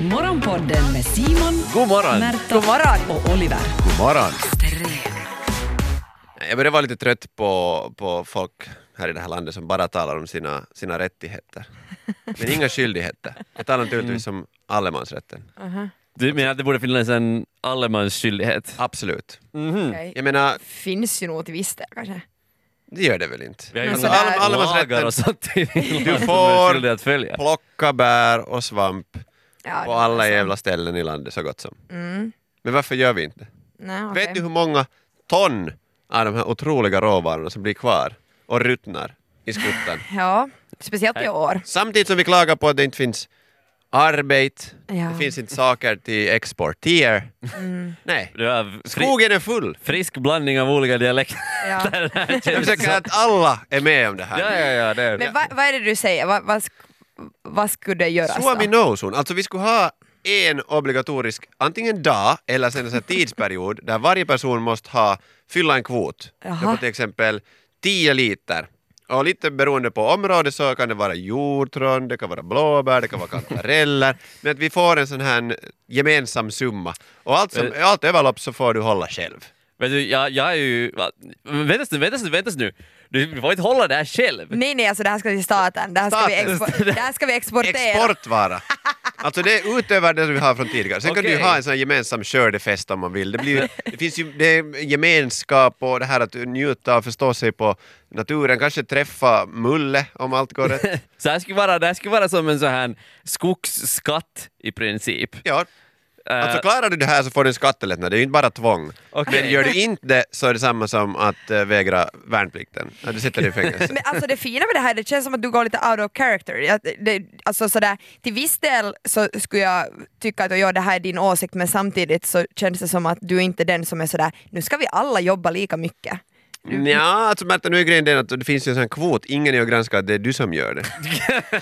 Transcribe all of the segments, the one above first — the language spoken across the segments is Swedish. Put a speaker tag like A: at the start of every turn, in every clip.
A: Morgonpodden med Simon,
B: God morgon!
A: Märta
C: God morgon.
A: och Oliver.
B: God morgon! Jag börjar vara lite trött på, på folk här i det här landet som bara talar om sina, sina rättigheter. Men inga skyldigheter. Jag talar naturligtvis om allemansrätten.
D: Du menar att det borde finnas en allemansskyldighet?
B: Absolut.
C: Okej.
B: Jag menar,
C: Finns ju nog till viss del kanske.
B: det gör det väl inte?
D: Vi har ju
C: Men
D: några
C: sådär-
D: lagar och sånt i Finland
B: Alltså, Du
D: som är
B: får-
D: skyldiga att följa.
B: Plocka bär och svamp
C: Ja,
B: på
C: det-
B: alla jävla ställen i landet så gott som.
C: Mm.
B: Men varför gör vi inte?
C: Nej, okej.
B: Vet du hur många ton av de här otroliga råvarorna som blir kvar och ruttnar i skuttan?
C: Ja, speciellt i år.
B: Samtidigt som vi klagar på att det inte finns arbete,
C: Ja.
B: det finns inte saker till export. Tier. Nej,
D: Du har fri,
B: skogen är full.
D: frisk blandning av olika dialekter.
C: Ja.
D: Det här känns
B: Jag
D: som-
B: försöker att alla är med om det
D: Ja,
B: här.
D: ja, ja. Det är.
C: Men vad vad är det du säger? Vad, vad, sk- vad skulle det göras
B: Suomi
C: då?
B: nousun. Alltså vi skulle ha en obligatorisk, antingen dag eller sen en sån här tidsperiod där varje person måste ha, fylla en kvot.
C: Jaha.
B: Det var till exempel 10 liter. Och lite beroende på område så kan det vara jordtron, det kan vara blåbär, det kan vara kantareller. Men att vi får en sån här gemensam summa. Och allt, som, allt överlopp så får du hålla själv.
D: Vet du, jag, jag är ju... va- Vänta nu, vänta nu, vänta nu. Du får inte hålla det här själv.
C: Nej, nej, alltså det här ska till staten. Det här ska, vi,
B: Staten.
C: expo- det här ska vi exportera.
B: Exportvara. Alltså det är utöver det vi har från tidigare. Sen kan du ju
D: Okej.
B: ha en sån här gemensam skördefest om man vill. Det, blir, ju- det finns ju det är gemenskap och det här att njuta och förstå sig på naturen. Kanske träffa Mulle om allt går rätt.
D: Så här skulle vara, det här skulle vara som en sån här skogsskatt i princip.
B: Ja.
D: Eh,
B: Alltså klarar du det här så får du en skattelättnad, det är ju inte bara tvång.
D: Okej.
B: Men gör du inte det så är det samma som att eh, vägra värnplikten. Ja, du sätter dig i fängelse.
C: Men alltså det fina med det här, det känns som att du går lite out of character. Jag- det, alltså sådär, till viss del så skulle jag tycka att ja, det här är din åsikt men samtidigt så känns det som att du är inte den som är sådär, nu ska vi alla jobba lika mycket.
B: Nja, alltså Märta, nu är grejen den att det finns ju en sån här kvot, ingen är ju granskad, det är du som gör det.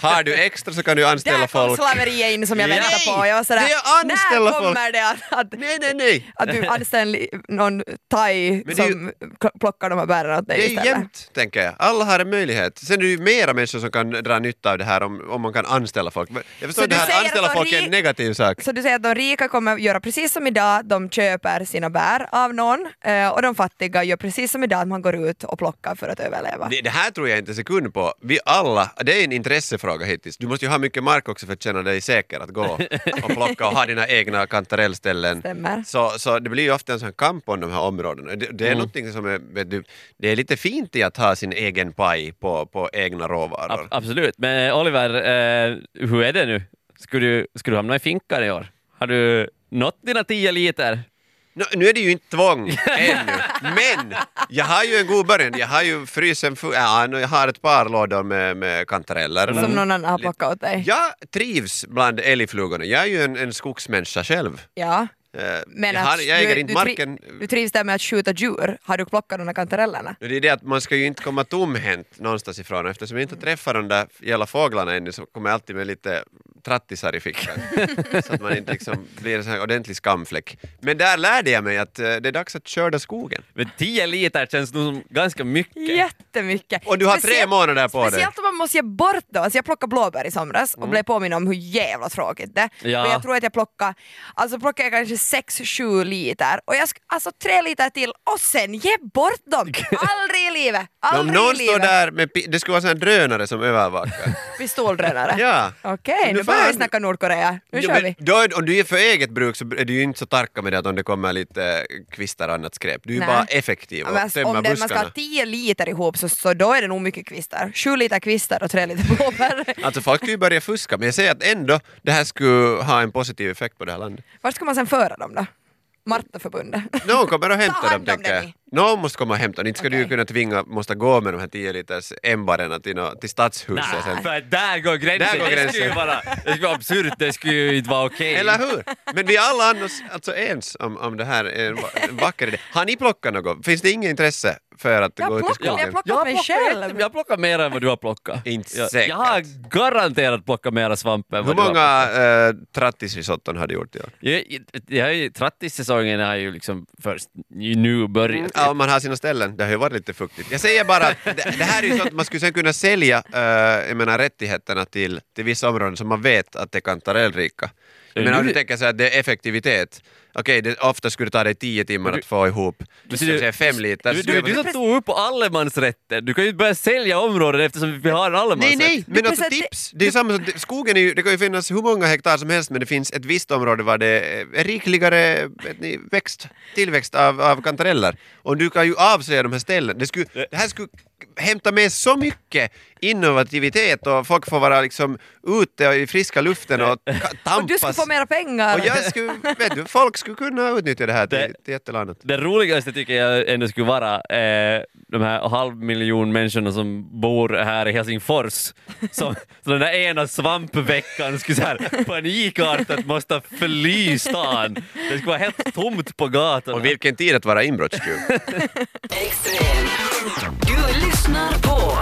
B: Har du extra så kan du anställa
C: Där kom
B: folk.
C: slaveriet in som jag
B: Nej!
C: väntade på. Jag var sådär,
B: Det är anställa
C: när kommer det att, att,
B: Nej, nej, nej!
C: att du anställer någon thai
B: Men det är ju-
C: som kl- plockar de här bären åt dig
B: Det är ju
C: istället?
B: jämnt, tänker jag. Alla har en möjlighet. Sen är det ju mera människor som kan dra nytta av det här om, om man kan anställa folk. Jag förstår
C: Så
B: att det
C: du
B: här
C: säger
B: anställa
C: att
B: folk är
C: ri-
B: en negativ sak.
C: Så du säger att de rika kommer göra precis som idag, de köper sina bär av någon eh, och de fattiga gör precis som idag, att man går ut och plockar för att överleva.
B: Det, det här tror jag inte en sekund på. Vi alla, det är en intressefråga hittills. Du måste ju ha mycket mark också för att känna dig säker att gå och plocka och ha dina egna kantarellställen.
C: Stämmer.
B: Så, så det blir ju ofta en sån kamp om de här områdena. Det, det är någonting som är, vet du, det är lite fint i att ha sin egen paj på, på egna råvaror.
D: ab- absolut. Men eh, Oliver, eh, hur är det nu? Skulle du, skulle du hamna i finkan i år? Har du nått dina tio liter?
B: Nå, nu är det ju inte tvång ännu, men jag har ju en god början. Jag har ju frysen full, ja, nu jag har ett par lådor med, med kantareller. Mm.
C: Som någon annan har plockat åt dig.
B: Jag trivs bland älgflugorna. Jag är ju en, en skogsmänniska själv.
C: Ja.
B: Eh,
C: Men
B: jag,
C: att
B: har, jag äger
C: du,
B: inte
C: du, tri-
B: marken.
C: du trivs där med att skjuta djur. Har du plockat de här kantarellerna?
B: Det är det att man ska ju inte komma tomhänt någonstans ifrån. Eftersom jag inte har träffat de där jävla fåglarna ännu så kommer jag alltid med lite trattisar i fickan. så att man inte liksom blir en sån här ordentlig skamfläck. Men där lärde jag mig att eh, det är dags att skörda skogen.
D: Men tio liter känns nog som ganska mycket.
C: Jättemycket!
B: Och du har tre
C: Speciellt-
B: månader på dig. Mm.
C: Speciellt om man måste ge bort dem. Alltså jag plockade blåbär i somras och blev påminn om hur jävla tråkigt det är.
D: Ja.
C: Och jag tror att jag plockade, alltså plockade jag kanske 6-7 liter och jag ska, alltså tre liter till och sen ge bort dem! Aldrig i livet!
B: Men
C: Aldrig
B: Om någon
C: i
B: står
C: livet!
B: där med pi- det skulle vara sån här drönare som övervakar.
C: Pistoldrönare.
B: ja.
C: Okej,
B: Nu
C: nu börjar vi
B: fan.
C: snacka Nordkorea. Nu
B: Jo,
C: kör
B: men
C: vi!
B: Då, är- om du är för eget bruk så är du ju inte så tarka med det att om det kommer lite eh, kvistar och annat skräp. Du är ju
C: Nej.
B: bara effektiv
C: Ja,
B: och
C: men alltså,
B: tömmer
C: om det, man ska ha
B: buskarna.
C: 10 liter ihop så, så då är det nog mycket kvistar. 7 liter kvistar och 3 liter blåbär.
B: Alltså folk skulle ju börja fuska men jag säger att ändå det här skulle ha en positiv effekt på det här landet.
C: Vart ska man sen föra dem då? Martaförbundet?
B: Någon kommer att hämta
C: hand om
B: dem tänker
C: den
B: jag. Någon måste komma och hämta dem. Inte ska du ju
C: Okej.
B: kunna tvinga, måste gå med de här 10 liters ämbarna till, nå- till stadshuset sen.
D: Nej, för att där går gränsen.
B: Där går
D: Det skulle ju
B: gränsen.
D: vara det skulle vara absurt, det skulle ju inte vara okej.
B: Eller hur? Men vi är alla annars alltså ens om, om det här är en va- en vacker idé. Har ni plockat något? Finns det inget intresse för att
C: Jag
B: gå ut i
C: plockar,
B: skogen?
C: jag plockar.
D: Jag har
C: mig
D: plockat
C: själv.
D: jätte- Jag har plockat mer än vad du har plockat.
B: Inte
D: jag,
B: säkert.
D: jag har garanterat plockat mera svamp än
B: Hur
D: vad du har
B: många eh, trattisrisotton har du gjort i år?
D: Jag, jag, jag, har ju- Trattissäsongen har ju liksom först nu börjat.
B: Ja, om man har sina ställen. Det har ju varit lite fuktigt. Jag säger bara att det, det här är ju sånt man skulle sen kunna sälja eh, jag menar, rättigheterna till, till vissa områden som man vet att det är kantarellrika. Jag
D: Är
B: menar, om
D: du-
B: du tänker så här, det är effektivitet. Okej, det, ofta skulle det ta dig tio timmar
D: Du-
B: att få ihop
D: Du-
B: du, säga, fem liter.
D: Du,
B: skulle
D: du,
B: vara-
D: du som tog upp på allemansrätten, du kan ju inte börja sälja områden eftersom vi har en
B: Nej,
D: allemansrätt.
B: nej, men alltså
C: precis-
B: tips. Det är ju samma som, det- skogen är ju, det kan ju finnas hur många hektar som helst men det finns ett visst område var det är rikligare vet ni, växt, tillväxt av, av kantareller. Och du kan ju avslöja de här ställen. Det, skulle, det här skulle hämta med så mycket innovativitet och folk får vara liksom ute och i friska luften och ka- tampas.
C: Och du skulle få mera pengar.
B: Och jag skulle, vet du, folk skulle kunna utnyttja det här till, till jättelandet.
D: Det roligaste tycker jag ändå skulle vara eh, de här halvmiljon människorna som bor här i Helsingfors. Som, så den där ena svampveckan skulle så här panikartat måste fly stan. Det skulle vara helt tomt på gatorna.
B: Och vilken tid att vara inbrottstjuv.
A: Extrem. Du lyssnar på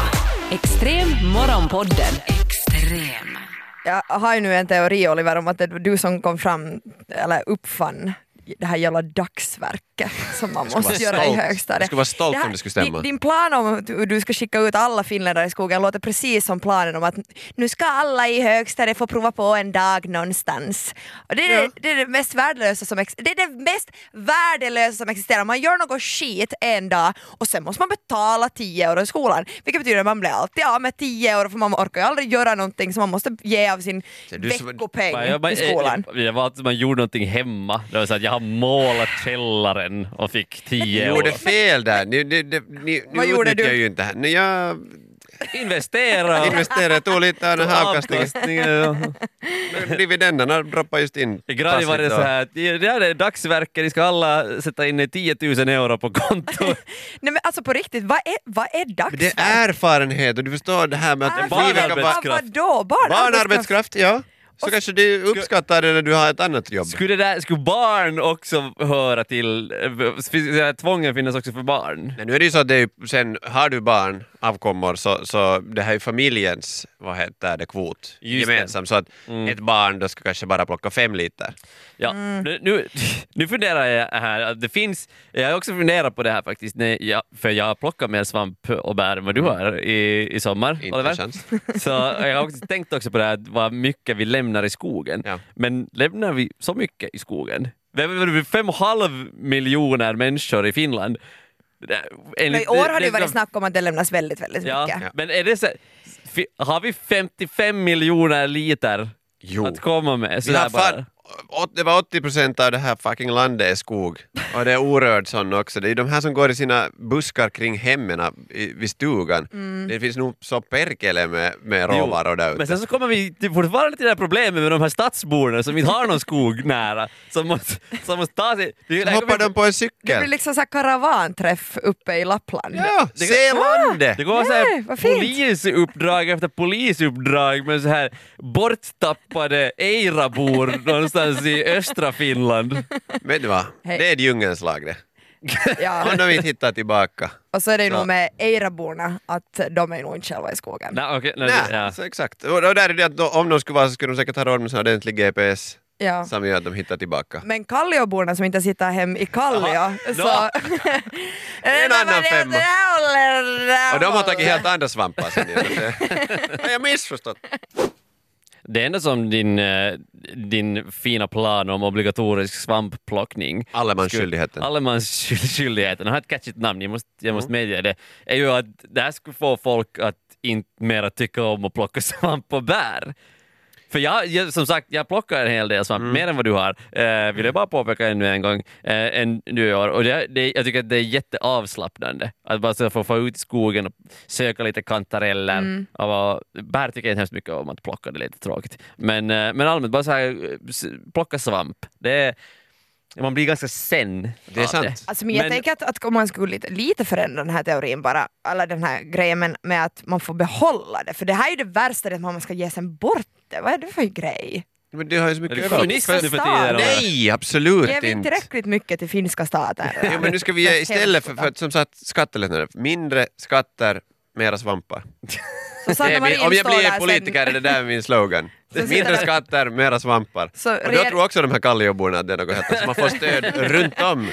E: Extrem morgonpodden.
A: Extrem.
C: Jag har ju nu en teori Oliver om att det var du som kom fram, eller uppfann det här jävla dagsverket som man
B: skulle
C: måste
B: vara
C: göra i
B: stolt.
C: högstadiet.
B: Jag skulle vara stolt
C: här-
B: om det skulle stämma.
C: Din, din plan om att du- du ska skicka ut alla finländare i skogen låter precis som planen om att nu ska alla i högstadiet få prova på en dag någonstans. Och det, är det, det är det mest värdelösa som ex- det är det mest värdelösa som existerar. Man gör något skit en dag och sen måste man betala 10 euro i skolan. Vilket betyder att man blir alltid av med 10 euro för man orkar ju aldrig göra någonting så man måste ge av sin
B: Så du som-
C: veckopeng
D: Ja, jag bara-
C: i skolan.
D: eh, Det var att man gjorde någonting hemma. Det var så att jag har målat källaren och fick 10
B: Ni
D: euro.
B: gjorde fel där. Ni, ni, ni, ni,
C: Vad
B: nu
C: gjorde
B: utnyttjar
C: du?
B: ju inte det här. Nej, jag
D: Investera!
B: investerade, tog lite av den här avkastningen.
D: Avkastningen.
B: Dividenderna droppar just in.
D: Grann var det
B: passivt
D: så
B: då.
D: här, att det där är dagsverken, ni ska alla sätta in 10 000 euro på kontot.
C: Nej men alltså på riktigt, vad är, vad är dagsverket?
B: Men Det är erfarenhet och du förstår det här med
C: Ah,
B: att
D: barn-
B: vi verkar bara-
D: barnarbetskraft.
C: Vad då? Barnarbetskraft?
B: barnarbetskraft. Ja. Så kanske du uppskattar det när du har ett annat jobb.
D: Skulle, det där, skulle barn också höra till, eh, finns- eh, tvången finnas också för barn?
B: Nej, nu är det ju så att det är, ju- sen har du barn, avkommor, så, så det här är ju familjens vad heter det, kvot
D: Just det. Mm.
B: gemensam. Så att ett barn då ska kanske bara plocka fem liter.
D: Ja, nu, nu, nu funderar jag här, att det finns, jag har också funderat på det här faktiskt, när jag, för jag har plockat mer svamp och bär än vad du har i, i sommar,
B: Inte
D: Oliver.
B: chans.
D: Så jag har också tänkt också på det här, vad mycket vi lämnar i skogen.
B: Ja.
D: Men lämnar vi så mycket i skogen? Det är fem och halv miljoner människor i Finland. Det-
C: Men
D: enligt-
C: I år har det ju
D: ska-
C: varit snack om att det lämnas väldigt, väldigt
D: ja,
C: mycket.
D: Men är det så, fi- har vi 55 miljoner liter
B: Jo.
D: att komma med? Så
B: Vi
D: här
B: har
D: bara?
B: fan, å- det var 80 procent av det här fucking landet är skog. Och det är orörd sån också. Det är de här som går i sina buskar kring hemmen ah, i- vid stugan.
C: Mm.
B: Det finns nog så perkele med, med
D: Jo,
B: råvaror där
D: Men
B: ute.
D: sen så kommer vi till- fortfarande till det här problemet med de här stadsborna som inte har någon skog nära. Som måste, som måste ta sig... Det, det här
B: Hoppar
D: kommer-
B: de på en
C: Det blir
B: cykel?
C: liksom så här karavanträff uppe i Lappland.
B: Ja, se landet!
D: Det går så
C: Nej,
D: här
C: vad fint.
D: polisuppdrag efter polisuppdrag med så här borttappade Eirabor någonstans i östra Finland.
B: Vet du vad?
C: Hej.
B: Det är djungelns lag det.
C: Ja.
B: Om de inte hittar tillbaka.
C: Och så är det ju
B: Så.
C: nog med Eiraborna att de är nog inte själva i skogen.
D: Nej, okej, nej,
B: Nej,
D: det- ja.
B: så exakt. Och och där är det att då- om de skulle vara så skulle de säkert ha råd med sån här ordentlig GPS
C: Ja.
B: som gör att de hittar tillbaka.
C: Men Kallioborna som inte sitter hem i
D: Jaha.
C: Kallio, så...
D: Ja.
B: En
C: Nej,
B: annan
C: men det-
B: femma.
C: det här håller-
B: Och de har tagit helt andra svampar sen. gör det. Har jag missförstått?
D: Det enda som din, eh, din fina plan om obligatorisk svampplockning
B: Allemansskyldigheten.
D: Allemansskyldigheten, har ett catchigt namn, jag måste, jag måste medge det, är ju att det här skulle få folk att inte mera tycka om att plocka svamp och bär. För jag, jag, som sagt, jag plockar en hel del svamp,
B: Mm.
D: mer än vad du har, eh, vill jag bara påpeka ännu en gång, eh, än du gör. Och det, det, jag tycker att det är jätteavslappnande att bara så få, få ut i skogen och söka lite kantareller.
B: Mm.
D: Och vara- bär tycker jag inte hemskt mycket om att plocka, det är lite tråkigt. Men, eh, men allmänt, bara så här, eh, s- plocka svamp. Det är, man blir ganska sen
B: Det är
D: av
B: sant.
C: Alltså, men jag
D: Men-
C: tänker att, att om man skulle lite, lite förändra den här teorin bara, alla den här grejen men med att man får behålla det, för det här är ju det värsta, det är att man ska ge sen bort det. Vad är det för grej?
B: Men du har ju så
D: Är
B: mycket
D: du
B: överallt.
D: kommunist nu för tiden?
C: Nej!
D: eller?
B: Nej, absolut
C: Ger vi inte
B: inte.
C: tillräckligt mycket till finska staten?
B: Jo, men nu ska vi ge istället för, för att, som sagt skattelättnader, mindre skatter mera svampar.
C: Så
B: Det
C: Sanna
B: är min,
C: Marin
B: om jag
C: står
B: blir
C: där
B: politiker är
C: sen.
B: det där min slogan.
C: sitter
B: Mindre
C: där-
B: skatter, mera svampar.
C: Så
B: Och då
C: reger-
B: tror också de här Kallioborna att det är något hett, så man får stöd runt om.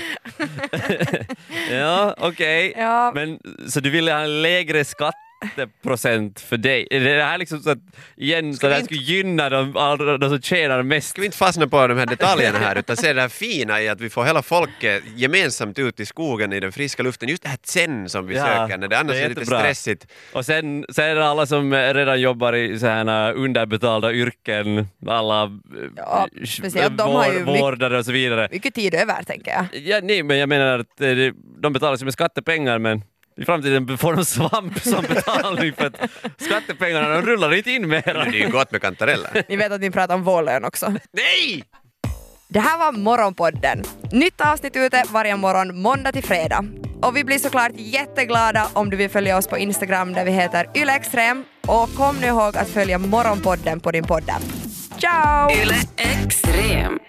D: Ja, okej.
C: Ja.
D: Men, så du ville ha en lägre skatteprocent för dig? Är det här liksom så att, igen, så
B: vi
D: det här
B: inte-
D: skulle gynna de, alla- de som tjänar mest?
B: Ska vi inte fastna på de här detaljerna här utan se det här fina i att vi får hela folket gemensamt ut i skogen i den friska luften. Just det här sen som vi
D: Ja,
B: söker när det annars
D: det
B: är,
D: är
B: lite
D: jättebra.
B: stressigt.
D: Och sen, sen är det alla som eh, redan jobbar i så här eh, underbetalda yrken, alla eh,
C: Ja,
D: eh,
C: speciellt de har ju mycket-
D: vårdare och så vidare.
C: Mycket tid över tänker jag.
D: Ja, nej, men jag menar att eh, det- de betalas ju med skattepengar men i framtiden får de svamp som betalning för att skattepengarna de rullar inte in
B: Men
D: mer.
B: det är ju gott med kantareller.
C: Ni vet att ni pratar om vårlön också.
B: Nej!
C: Det här var Morgonpodden. Nytt avsnitt ute varje morgon måndag till fredag. Och vi blir såklart jätteglada om du vill följa oss på Instagram där vi heter ylextrem. Och kom nu ihåg att följa Morgonpodden på din podd. Ciao!
A: Yle Extrem.